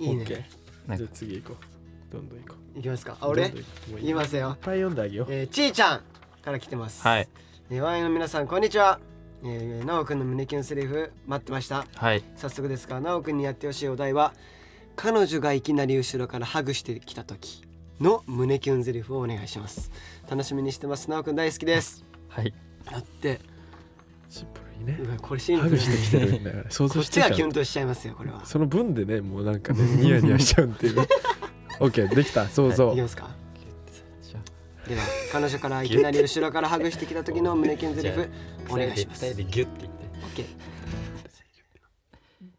Speaker 1: いい
Speaker 3: オッケ
Speaker 1: ね
Speaker 2: な
Speaker 3: ー。
Speaker 2: ん
Speaker 3: じゃ
Speaker 2: か
Speaker 3: あ次行こう。どんどん行こう。
Speaker 1: いきますかあ
Speaker 3: どんどん
Speaker 1: 俺
Speaker 3: 行こうもうい
Speaker 1: 言
Speaker 3: い
Speaker 1: い
Speaker 3: いっ
Speaker 1: ますよ
Speaker 3: ぱい読んであげよう。
Speaker 1: えー、ちーちゃんから来てます
Speaker 2: はい
Speaker 1: えーワインの皆さんこんにちはえーなおくんの胸キュンセリフ待ってました
Speaker 2: はい
Speaker 1: 早速ですがなおくんにやってほしいお題は彼女がいきなり後ろからハグしてきた時の胸キュンセリフをお願いします楽しみにしてますなおくん大好きです
Speaker 2: はい
Speaker 1: だって
Speaker 3: シンプルにね
Speaker 1: う。わこれシンプ
Speaker 3: ハ
Speaker 1: ル
Speaker 3: グ
Speaker 1: だ
Speaker 3: して
Speaker 1: ね
Speaker 3: きてるん だから。想
Speaker 1: こ
Speaker 3: 像
Speaker 1: っ
Speaker 3: し
Speaker 1: ち
Speaker 3: て
Speaker 1: が
Speaker 3: き
Speaker 1: キ
Speaker 3: ちゃ
Speaker 1: ュ
Speaker 3: う
Speaker 1: ン。としちゃいますよこれは
Speaker 3: その分でね、もうなんかね、ニヤニヤしちゃうっていうね。オッケーできた。想像
Speaker 1: いき。ますかでは彼女 からいきなり後ろからハグしてきた時の胸キュンセリフお願いします
Speaker 2: 二人でギュッて言って
Speaker 1: オッケー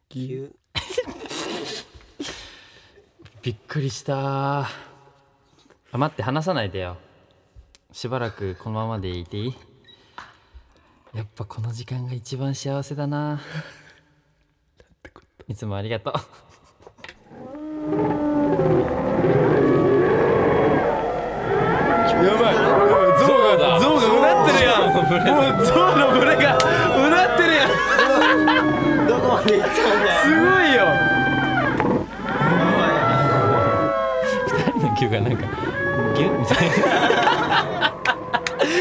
Speaker 1: キ
Speaker 3: ぎ
Speaker 1: ュ
Speaker 2: びっくりしたあ待って話さないでよしばらくこのままでいていいやっぱこの時間が一番幸せだないつもありがとう
Speaker 3: やばい。ゾウがゾウがうなってるやん。もうゾウの群れがうなってるやん。
Speaker 1: どこまで行っちゃうんだよ
Speaker 3: すごいよ。
Speaker 2: 二人の気がなんかギュッみた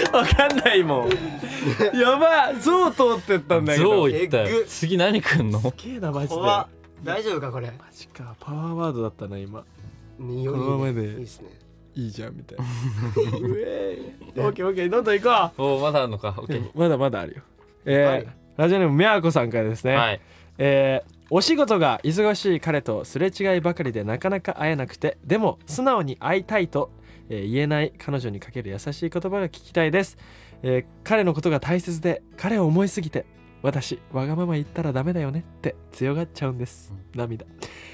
Speaker 2: い
Speaker 3: わかんないもん。やばい、象通ってったんだ
Speaker 2: な
Speaker 3: けど。
Speaker 2: ゾウ
Speaker 3: す
Speaker 2: 行った
Speaker 1: えぐ
Speaker 2: よ
Speaker 1: っ
Speaker 2: 次何くんの
Speaker 3: げえな、マジで。
Speaker 1: 怖っ
Speaker 3: マ
Speaker 1: 大丈夫かこれい
Speaker 3: ジか、パワーワードだったな、今。
Speaker 1: いよ
Speaker 3: このまま
Speaker 1: いい
Speaker 3: で
Speaker 1: ねいいですね
Speaker 3: いいじゃん みたいな。うえーい。オッケー、オッケー、どんどん行こ
Speaker 2: おおまだあんのか OK
Speaker 3: う。まだまだあるよ。えー
Speaker 1: はい
Speaker 3: ラジオネームみやこさんからですね。
Speaker 2: はい
Speaker 3: えーお仕事が忙しい彼とすれ違いばかりでなかなか会えなくてでも素直に会いたいと、えー言えない彼女にかける優しい言葉が聞きたいです、えー彼のことが大切で彼を思いすぎて私わがまま言ったらダメだよねって強がっちゃうんです涙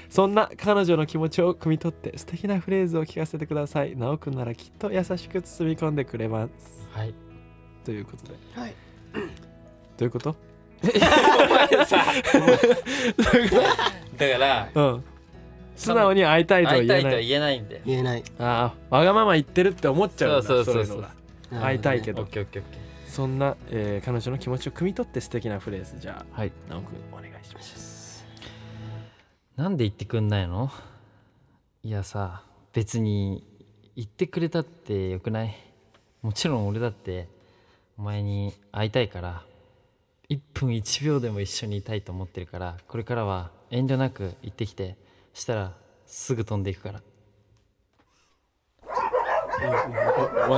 Speaker 3: そんな彼女の気持ちを汲み取って素敵なフレーズを聞かせてください直くんならきっと優しく包み込んでくれます
Speaker 2: はい
Speaker 3: ということで
Speaker 1: はい
Speaker 3: どういうこと
Speaker 2: お前さだから
Speaker 3: うん素直に会いたいとは
Speaker 2: 会
Speaker 3: 言
Speaker 2: い
Speaker 3: え
Speaker 2: たと
Speaker 3: ないい
Speaker 2: は言えないんで
Speaker 1: 言えない
Speaker 3: ああわがまま言ってるって思っちゃうんだ
Speaker 2: そうそうそうそう
Speaker 3: いの
Speaker 1: な
Speaker 3: が
Speaker 1: るほどね
Speaker 3: 会いたいけど
Speaker 2: OKOKOK
Speaker 3: そんな、えー彼女の気持ちを汲み取って素敵なフレーズじゃあ
Speaker 2: はい
Speaker 3: 直くんお願いします
Speaker 2: なんで言ってくんないのいやさ別に言ってくれたってよくないもちろん俺だってお前に会いたいから1分1秒でも一緒にいたいと思ってるからこれからは遠慮なく行ってきてしたらすぐ飛んでいくからワ
Speaker 3: ワンちゃん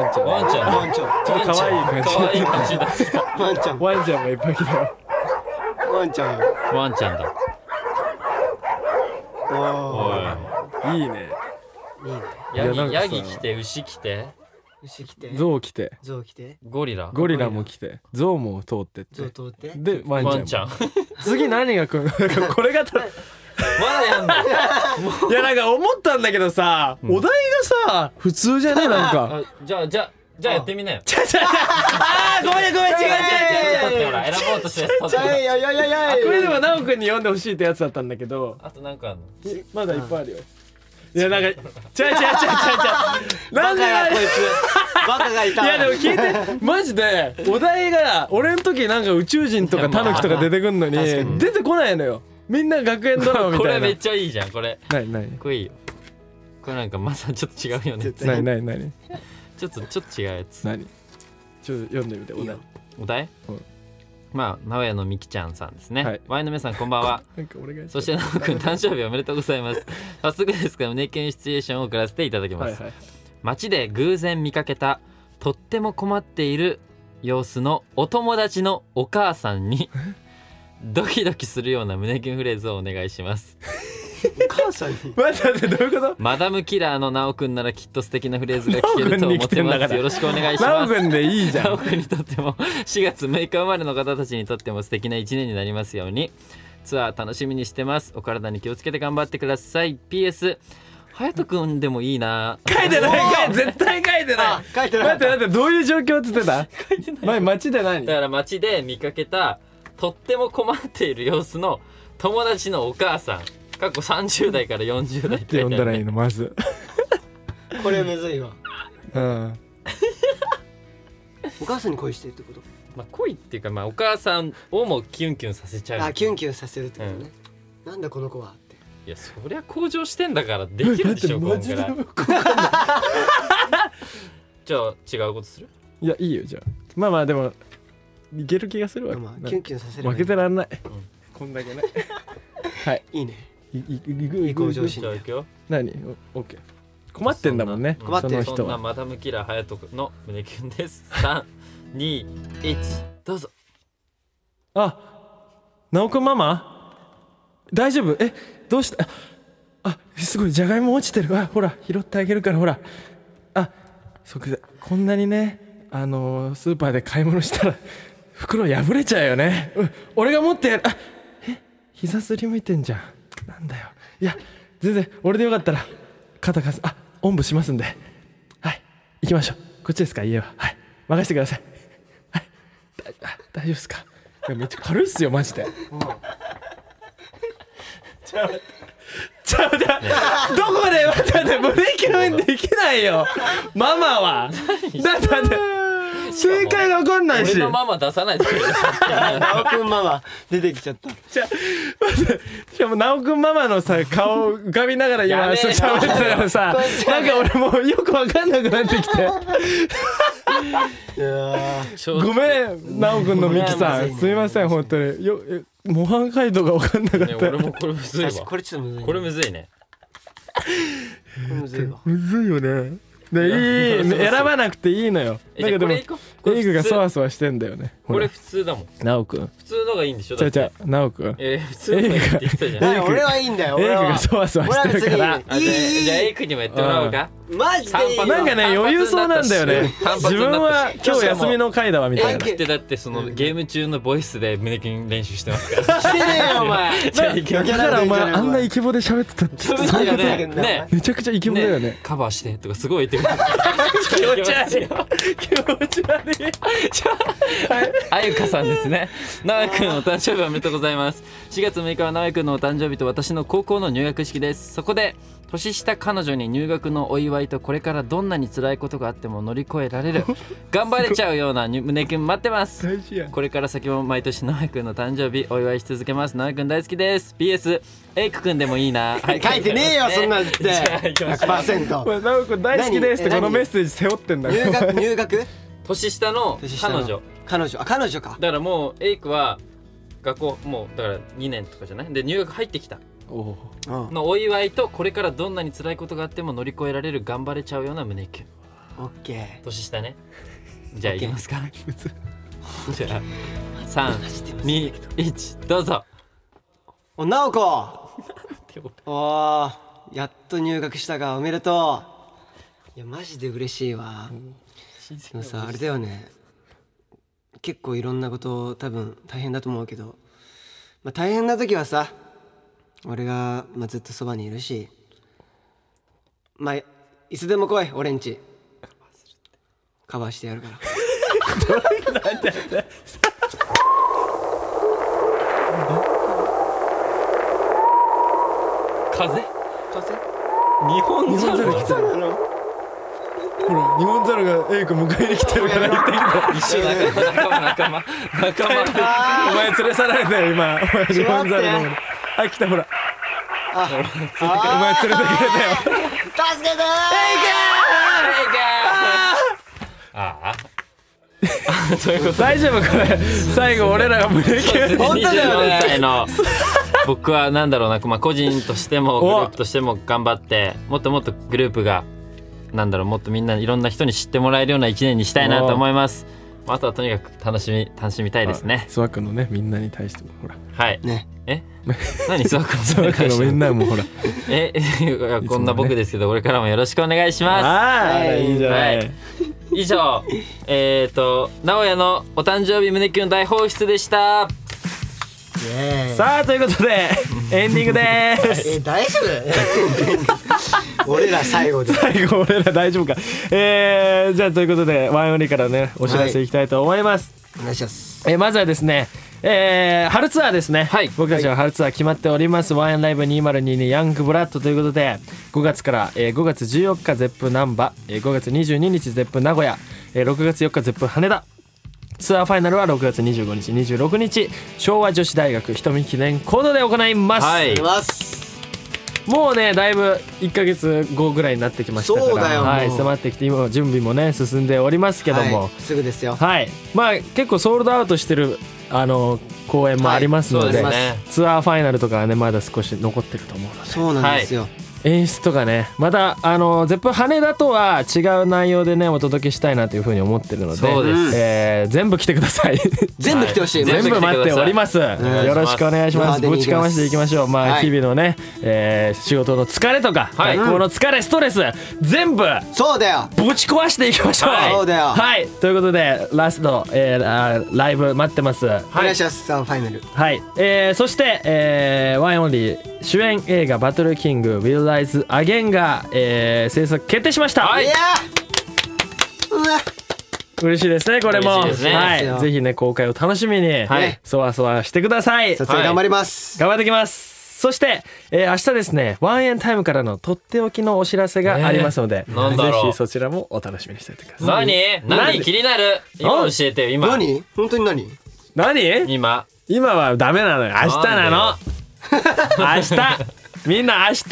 Speaker 2: ンちゃん
Speaker 1: ワンちゃん
Speaker 3: ちょっと可愛い
Speaker 2: 可
Speaker 3: 感
Speaker 2: 愛い感じだ
Speaker 1: ワンちゃん
Speaker 3: ワンちゃんもいっぱい来たよ
Speaker 1: ワンちゃんよ
Speaker 2: ワンちゃんだ
Speaker 1: お
Speaker 2: お
Speaker 1: ー
Speaker 3: い
Speaker 1: いい
Speaker 3: いね
Speaker 1: ね
Speaker 2: い
Speaker 3: い
Speaker 2: ヤ
Speaker 3: やなん
Speaker 2: ギヤ
Speaker 3: かさ
Speaker 2: ギ来て牛来て
Speaker 1: 牛来て
Speaker 3: ゾウ来て
Speaker 1: ゾウ来て
Speaker 2: ゴリラ
Speaker 3: ゴリラも来てゾウも通ってっ
Speaker 1: ゾウ
Speaker 3: て
Speaker 1: 通って
Speaker 3: でワンちゃん
Speaker 2: ワンちゃんま
Speaker 3: 次何が来るの これがた
Speaker 2: だ やんだ
Speaker 3: いやなんか思ったんだけどさ、お題がさ普通じゃねなん
Speaker 2: あ
Speaker 3: か
Speaker 2: じゃあじゃあじゃあやってみなよ
Speaker 3: ちゃちゃちゃ あーごめんごめん違う違
Speaker 2: 立っ
Speaker 3: う違う違
Speaker 2: て
Speaker 3: う
Speaker 2: ほら選ぼうとして立って
Speaker 1: ち
Speaker 2: ほら
Speaker 1: ゃいやいやいやいやい
Speaker 3: これでも直くんに読んでほしいってやつだったんだけど
Speaker 2: あとなんかあんの
Speaker 3: まだいっぱいあるよ。いやなんか、ちゃうちゃうちゃうちゃうちゃう。なん
Speaker 1: バ
Speaker 3: で
Speaker 1: カや
Speaker 3: な
Speaker 1: こ
Speaker 3: ん
Speaker 1: い
Speaker 3: で。
Speaker 1: つバカがい
Speaker 3: い
Speaker 1: た
Speaker 3: やで も聞いてマジでお題が俺の時なんか宇宙人とかタヌキとか出てくんのに出てこないのよみんな学園ドラマ み
Speaker 2: こ
Speaker 3: た
Speaker 2: れ
Speaker 3: いな
Speaker 2: めっちゃいいじゃんこれ
Speaker 3: ないない
Speaker 2: これいいよこれなんかまたちょっと違うよね
Speaker 1: 絶対
Speaker 3: ないないない
Speaker 2: ちょっとちょっと違うやつ
Speaker 3: 何ちょっと読んでみてお
Speaker 1: いい
Speaker 3: 題
Speaker 1: よ
Speaker 2: お題、
Speaker 3: うん
Speaker 2: まあ名古屋のみきちゃんさんですね、
Speaker 3: はい
Speaker 2: ワイの皆さんこんばんは
Speaker 3: なんか俺が
Speaker 2: そしてなおくん誕生日おめでとうござい ます早速ですが胸キュンシチュエーションを送らせていただきます、
Speaker 3: はいはい
Speaker 2: 街で偶然見かけたとっても困っている様子のお友達のお母さんにドキドキするような胸キュンフレーズをお願いします
Speaker 1: 母さんに
Speaker 3: 待って待ってどういうこ
Speaker 2: マダムキラーのナオくんならきっと素敵なフレーズが聞けると思って
Speaker 3: ナオくんに来てんだ
Speaker 2: ま
Speaker 3: か
Speaker 2: す
Speaker 3: ら
Speaker 2: よろしくお願いし
Speaker 3: とナオ
Speaker 2: ます
Speaker 3: くんでいいじゃ
Speaker 2: ナ
Speaker 3: ん
Speaker 2: オくんにとっても4月6日生まれの方たちにとっても素敵な1年になりますようにツアー楽しみにしてますお体に気をつけて頑張ってください PS 隼人くんでもいいな
Speaker 3: 書いてない絶対書いてない
Speaker 1: あ書いて
Speaker 3: 待
Speaker 1: な
Speaker 3: っ
Speaker 1: い
Speaker 3: て待ってどういう状況って言ってた前街で何
Speaker 2: だから街で見かけたとっても困っている様子の友達のお母さん過去30代から40代っ
Speaker 3: って
Speaker 2: て呼
Speaker 3: 呼ん
Speaker 2: んだ
Speaker 3: だら
Speaker 2: ら
Speaker 3: いいのまず
Speaker 1: これむずいわ
Speaker 3: うん
Speaker 1: お母さんに恋してるってこと
Speaker 2: まあ恋っていうかまあお母さんをもキュンキュンさせちゃう
Speaker 1: あキュンキュンさせるってことねなんだこの子はって
Speaker 2: いやそりゃ向上してんだからできるでし ょこ
Speaker 3: マ
Speaker 2: ん
Speaker 3: ジ
Speaker 2: ぐ
Speaker 3: で
Speaker 2: らいじゃあ違うことする
Speaker 3: いやいいよじゃあまあまあでもいける気がするわ
Speaker 1: ま
Speaker 3: な
Speaker 1: あキュンキュンさせればい
Speaker 3: 負
Speaker 1: い
Speaker 3: けてらんない
Speaker 2: ん
Speaker 3: こんだけね
Speaker 1: いいね
Speaker 3: いいいくい
Speaker 1: い向
Speaker 3: く
Speaker 1: 上
Speaker 2: じ
Speaker 1: 心
Speaker 2: ゃあ行くよ
Speaker 3: 何オッケー困ってんだもんね
Speaker 2: そ
Speaker 1: 困って
Speaker 3: そ
Speaker 1: る
Speaker 3: の
Speaker 2: そ
Speaker 3: 人
Speaker 2: んな
Speaker 3: は
Speaker 2: マダムキラー隼人の胸キュンです321どうぞ
Speaker 3: あ直くんママ大丈夫えどうしたあすごいじゃがいも落ちてるあほら拾ってあげるからほらあそっかこんなにねあのースーパーで買い物したら袋破れちゃうよねう俺が持ってやるあえ膝すりむいてんじゃんなんだよいや全然俺でよかったら肩貸すあおんぶしますんではい行きましょうこっちですか家ははい任せてくださいはいだあ大丈夫ですかいやめっちゃ軽いっすよマジでちゃうちゃうどこで待って待ってブレーキの面できないよママはだって待って正解が分かんない
Speaker 2: 俺
Speaker 3: し
Speaker 2: のママ出さないでくれる
Speaker 1: 青くんママ出てきちゃった
Speaker 3: じゃ待ってしかも直くんママのさ顔を浮かびながら今
Speaker 2: やめろ
Speaker 3: 喋ってたからさなんか俺もうよく分かんなくなってきて
Speaker 1: いや ー
Speaker 2: ちょ
Speaker 3: ごめん直くんのミキさ
Speaker 1: ごめ
Speaker 3: ん
Speaker 1: ん
Speaker 3: すみません本当によえ模範解答が分かんなかっ
Speaker 2: ね
Speaker 3: た
Speaker 2: 俺もこれむずいわ
Speaker 1: 確かにこれちょっとむずいね
Speaker 2: これむずいね
Speaker 1: これむずいわ
Speaker 3: むずいよねでいい
Speaker 2: そうそう
Speaker 3: 選ばなくていいのよ
Speaker 2: え
Speaker 3: だ
Speaker 2: じゃ
Speaker 3: け
Speaker 2: あこ
Speaker 3: ど
Speaker 2: れ
Speaker 3: エ
Speaker 2: いこうこれ
Speaker 3: イグが
Speaker 2: 普通
Speaker 3: そわそわしてんだよね
Speaker 2: こ
Speaker 3: ほ
Speaker 2: れ
Speaker 3: ら
Speaker 2: 普通だもん
Speaker 3: 直くん
Speaker 2: 普通のがいいんでしょ
Speaker 3: ち
Speaker 2: だっ
Speaker 3: ゃうち
Speaker 2: て
Speaker 3: ゃう直くん
Speaker 2: えー、普通のがいいって言ってたじゃん
Speaker 3: エイ
Speaker 1: ない俺はいいんだよ
Speaker 3: エイ
Speaker 1: 俺
Speaker 3: ク
Speaker 1: は
Speaker 3: がそわそわしてるから
Speaker 1: 俺は別にいいいい
Speaker 2: じゃあエイクにもやってもらおうか
Speaker 1: マジでいいよ
Speaker 2: 散髪
Speaker 3: なんかね余裕そうなんだよね
Speaker 2: 単発
Speaker 3: 自
Speaker 2: になったし
Speaker 3: 分は今日休みの回だわみた
Speaker 2: エ
Speaker 3: い
Speaker 2: イ
Speaker 3: な
Speaker 2: クってだってそのゲーム中のボイスで胸キュン練習してますから
Speaker 1: してねえよお前
Speaker 2: じゃあ
Speaker 3: だ
Speaker 2: 行き
Speaker 3: か
Speaker 1: ましょう
Speaker 3: らお前あんなイケボで喋ってたって
Speaker 1: そう
Speaker 2: そうだよね
Speaker 1: そうだよね
Speaker 3: めちゃくちゃイケボだよね
Speaker 2: カバーしてとかすごい言ってくる気持ち悪い
Speaker 3: 気持ち悪い
Speaker 2: あゆかさんですね。なおくんお誕生日おめでとうございます。4月6日はなおくんのお誕生日と私の高校の入学式です。そこで年下彼女に入学のお祝いとこれからどんなに辛いことがあっても乗り越えられ る頑張れちゃうようなに胸キュン待ってます。
Speaker 3: 大事や ん
Speaker 2: これから先も毎年なおくんの誕生日お祝いし続けます。なおくん大好きです。PS エイクくんでもいいな。書
Speaker 1: 書いてねえよそんなんって
Speaker 2: じゃあ行きましょう
Speaker 3: こ
Speaker 1: 100%
Speaker 3: れ直くん大好きですってこ
Speaker 1: 何
Speaker 3: のメッセージ背負ってんだ
Speaker 1: 入学入学
Speaker 2: 年下の
Speaker 1: 年下
Speaker 2: 彼
Speaker 1: の
Speaker 2: 女。
Speaker 1: 彼女あ彼女か
Speaker 2: だからもうエイクは学校もうだから2年とかじゃないで入学入ってきた
Speaker 3: お
Speaker 1: うんオ
Speaker 2: のお祝いとこれからどんなに辛いことがあっても乗り越えられる頑張れちゃうような胸キュン
Speaker 1: ッケ
Speaker 2: 年下ねじゃあ
Speaker 1: OK
Speaker 2: いきますか
Speaker 3: ず
Speaker 2: じゃあ
Speaker 1: ー走ってます
Speaker 2: 321どうぞ
Speaker 1: おなおこおーやっと入学したがおめでとういやマジで嬉しいわでもさあれだよね結構いろんなこと多分大変だと思うけど、まあ、大変な時はさ俺が、まあ、ずっとそばにいるしまあいつでも来い俺んちカバーしてやるから
Speaker 2: 風 日本
Speaker 3: 日本
Speaker 2: 猿
Speaker 3: 猿来たほら日本猿がエイク迎えに来てるから言ってきた
Speaker 2: 一緒だ仲間仲間仲間仲間
Speaker 3: お前連れ去られたよ今お前日本猿の方にあ来たほらお前連れてくれたよ
Speaker 1: 助けて
Speaker 2: ああそういうこと
Speaker 3: 大丈夫これ最後俺らがブレーキ
Speaker 2: 本
Speaker 1: 本当だよね
Speaker 2: 歳の僕はなんだろうな、まあ、個人としてもグループとしても頑張ってもっともっとグループがなんだろうもっとみんないろんな人に知ってもらえるような一年にしたいなと思います。まあ、あとはとにかく楽しみ楽しみたいですね
Speaker 3: 諏訪君のねみんなに対してもほら
Speaker 2: はい
Speaker 1: ね
Speaker 2: え何諏訪君
Speaker 3: 諏訪君のみんなもほら
Speaker 2: えいやこんな僕ですけど、これからもよろしくお願いしま
Speaker 3: あーいいじゃない、
Speaker 2: はいす以上えっ、ー、と直哉のお誕生日胸キュン大放出でした
Speaker 1: イエーイ
Speaker 3: さあということでエンディングです
Speaker 1: え大丈夫 俺ら最後で
Speaker 3: 最後俺ら大丈夫かえー、じゃあということでワンオンリーからねお知らせいきたいと思います、
Speaker 1: お願いします
Speaker 3: えーまずはですね、えー春ツアーですね、
Speaker 2: はい
Speaker 3: 僕たちは春ツアー決まっております、ワンエンライブ2022ヤングブラッドということで5月から、えー5月14日ゼップ難波、えー5月22日ゼップ名古屋、えー6月4日ゼップ羽田ツアーファイナルは6月25日26日昭和女子大学瞳記念講座で行います、
Speaker 2: はい
Speaker 1: あります
Speaker 3: もうねだいぶ1か月後ぐらいになってきましたから
Speaker 1: そうだよ
Speaker 3: はい、
Speaker 1: もう
Speaker 3: 迫ってきて今は準備もね進んでおりますけども、
Speaker 1: はいすぐですよ
Speaker 3: はい、まあ結構ソールドアウトしてるあの公演もありますの
Speaker 2: そう
Speaker 3: で,、
Speaker 2: ですね
Speaker 3: ツアーファイナルとかはねまだ少し残ってると思うので
Speaker 1: そうなんですよ
Speaker 3: 演出とかねまたあのゼップ羽田とは違う内容でねお届けしたいなというふうに思ってるので
Speaker 2: そうです
Speaker 3: えー全部来てくだ さい
Speaker 1: 全部来てほしい
Speaker 2: はい
Speaker 1: マ
Speaker 3: 全
Speaker 1: ジ
Speaker 2: 来て
Speaker 1: で
Speaker 2: くだ
Speaker 3: 部
Speaker 2: さい
Speaker 3: 待っております
Speaker 1: 願いします
Speaker 3: よろしくお願いします
Speaker 1: まあ
Speaker 3: ぶちかましていきましょうまあ、
Speaker 1: はい
Speaker 3: 日々のね、えー仕事の疲れとか、
Speaker 2: はい
Speaker 3: 学校の疲れストレス全部
Speaker 1: そうだよ
Speaker 3: ぶち壊していきましょう、
Speaker 2: はい
Speaker 1: そうだよ
Speaker 3: はいということでラスト、えーあーライブ待ってますは
Speaker 1: お願いしますさあファイナル
Speaker 3: い、えーそして、えーワンオンリー主演映画「バトルキング Will Rise Again が」えー制作決定しました、
Speaker 2: はい
Speaker 1: いやーうわ
Speaker 3: 嬉しいですねこれも、
Speaker 2: 嬉しいですね
Speaker 3: はい、ぜひね公開を楽しみに、
Speaker 2: はい
Speaker 3: そわそわしてください
Speaker 1: 撮影頑張ります
Speaker 3: 頑張ってきますそして、えー明日ですねワンエンタイムからのとっておきのお知らせがありますので、
Speaker 2: えーなんだろう
Speaker 3: ぜひそちらもお楽しみにしておいてください
Speaker 2: 何何気になる今教えてよ今
Speaker 1: 何本当に何
Speaker 3: 何
Speaker 2: 今
Speaker 3: 今はダメなのよ明日なの明日みんな明日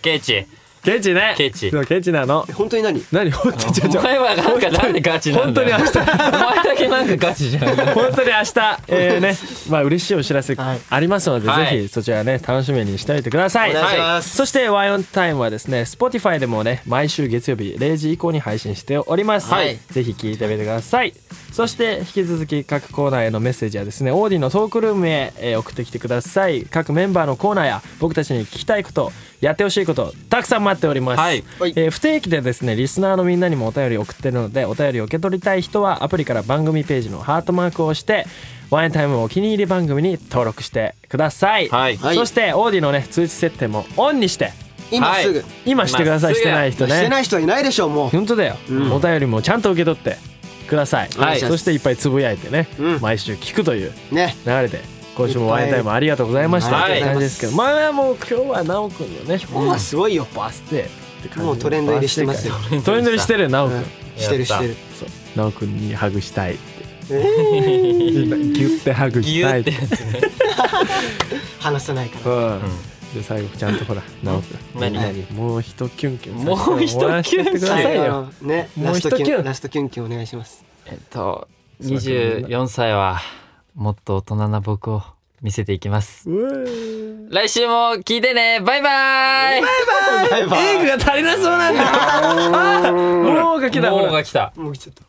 Speaker 2: ケチ
Speaker 3: ケチね
Speaker 2: ケチ
Speaker 3: そうケチなの
Speaker 1: 本当に何
Speaker 3: 何 本当にちょち
Speaker 2: お
Speaker 3: ょ
Speaker 2: 前はなんかなんでガチなんだよ
Speaker 3: 本当に
Speaker 2: お前だけなんかガチじゃん
Speaker 3: 本当に明日えーねまあ嬉しいお知らせ
Speaker 1: はい
Speaker 3: ありますので、
Speaker 2: はい
Speaker 3: ぜひそちらね楽しみにしておいてください
Speaker 1: お願いし
Speaker 3: は
Speaker 1: ま
Speaker 3: い
Speaker 1: す
Speaker 3: そしてワイオンタイムはですね Spotify でもね毎週月曜日0時以降に配信しております、
Speaker 1: はい
Speaker 3: ぜひ聞いてみてくださいそして引き続き各コーナーへのメッセージはですねオーディのトークルームへえー送ってきてください各メンバーのコーナーや僕たちに聞きたいことやってほしいことたくさん待っております、
Speaker 2: はい
Speaker 1: はい
Speaker 3: えー不定期でですねリスナーのみんなにもお便り送ってるのでお便りを受け取りたい人はアプリから番組ページのハートマークを押してワインタイムをお気に入り番組に登録してください、
Speaker 2: はい
Speaker 1: はい
Speaker 3: そしてオーディのね通知設定もオンにして
Speaker 1: 今すぐ
Speaker 2: は
Speaker 3: 今してください
Speaker 2: 今
Speaker 3: し
Speaker 2: すぐ
Speaker 3: てない人
Speaker 1: して
Speaker 3: ね
Speaker 1: ない人はいないでしょうもう
Speaker 3: 本当だよ、お便りもちゃんと受け取ってください、
Speaker 1: はい
Speaker 3: そしていっぱいつぶやいてね、
Speaker 1: うん
Speaker 3: 毎週聞くという
Speaker 1: ね
Speaker 3: 流れで今週もワインタイムありがとうございました
Speaker 2: はい
Speaker 3: って感じですけどまあもう今日は奈くんのね
Speaker 1: 今日はすごいよ
Speaker 3: バス停って感じ
Speaker 1: もうトレンド入りしてますよ
Speaker 3: バス停かトレンド入りしてるよ奈くん
Speaker 1: うんしてるしてる
Speaker 3: そう奈くんにハグしたいって
Speaker 1: え
Speaker 3: ギュってハグ
Speaker 2: ギ
Speaker 3: し
Speaker 2: ュ
Speaker 3: た
Speaker 2: ー
Speaker 3: い
Speaker 2: ってやつね
Speaker 1: 話さないから
Speaker 3: うんで最後ちゃんとほら奈くん
Speaker 2: 何
Speaker 1: 何
Speaker 3: もう一キュンキュン
Speaker 2: もう一キュンキュン
Speaker 3: してく ださい
Speaker 1: あ
Speaker 3: よ
Speaker 1: のね
Speaker 3: も
Speaker 1: ラ
Speaker 3: う
Speaker 1: ス
Speaker 3: 一
Speaker 1: トキ
Speaker 3: キュ
Speaker 1: ュ
Speaker 3: ン
Speaker 1: ンラストキュンキュンお願いします
Speaker 2: えっと24歳はもっと大人な僕を見せていきます
Speaker 3: うー
Speaker 2: 来週も聞いてねバイバイ
Speaker 1: バイバイ
Speaker 3: エッグが足りなそうなんだあーもうが来たほ
Speaker 2: もう
Speaker 3: ら
Speaker 2: が来た
Speaker 1: もう来ちゃった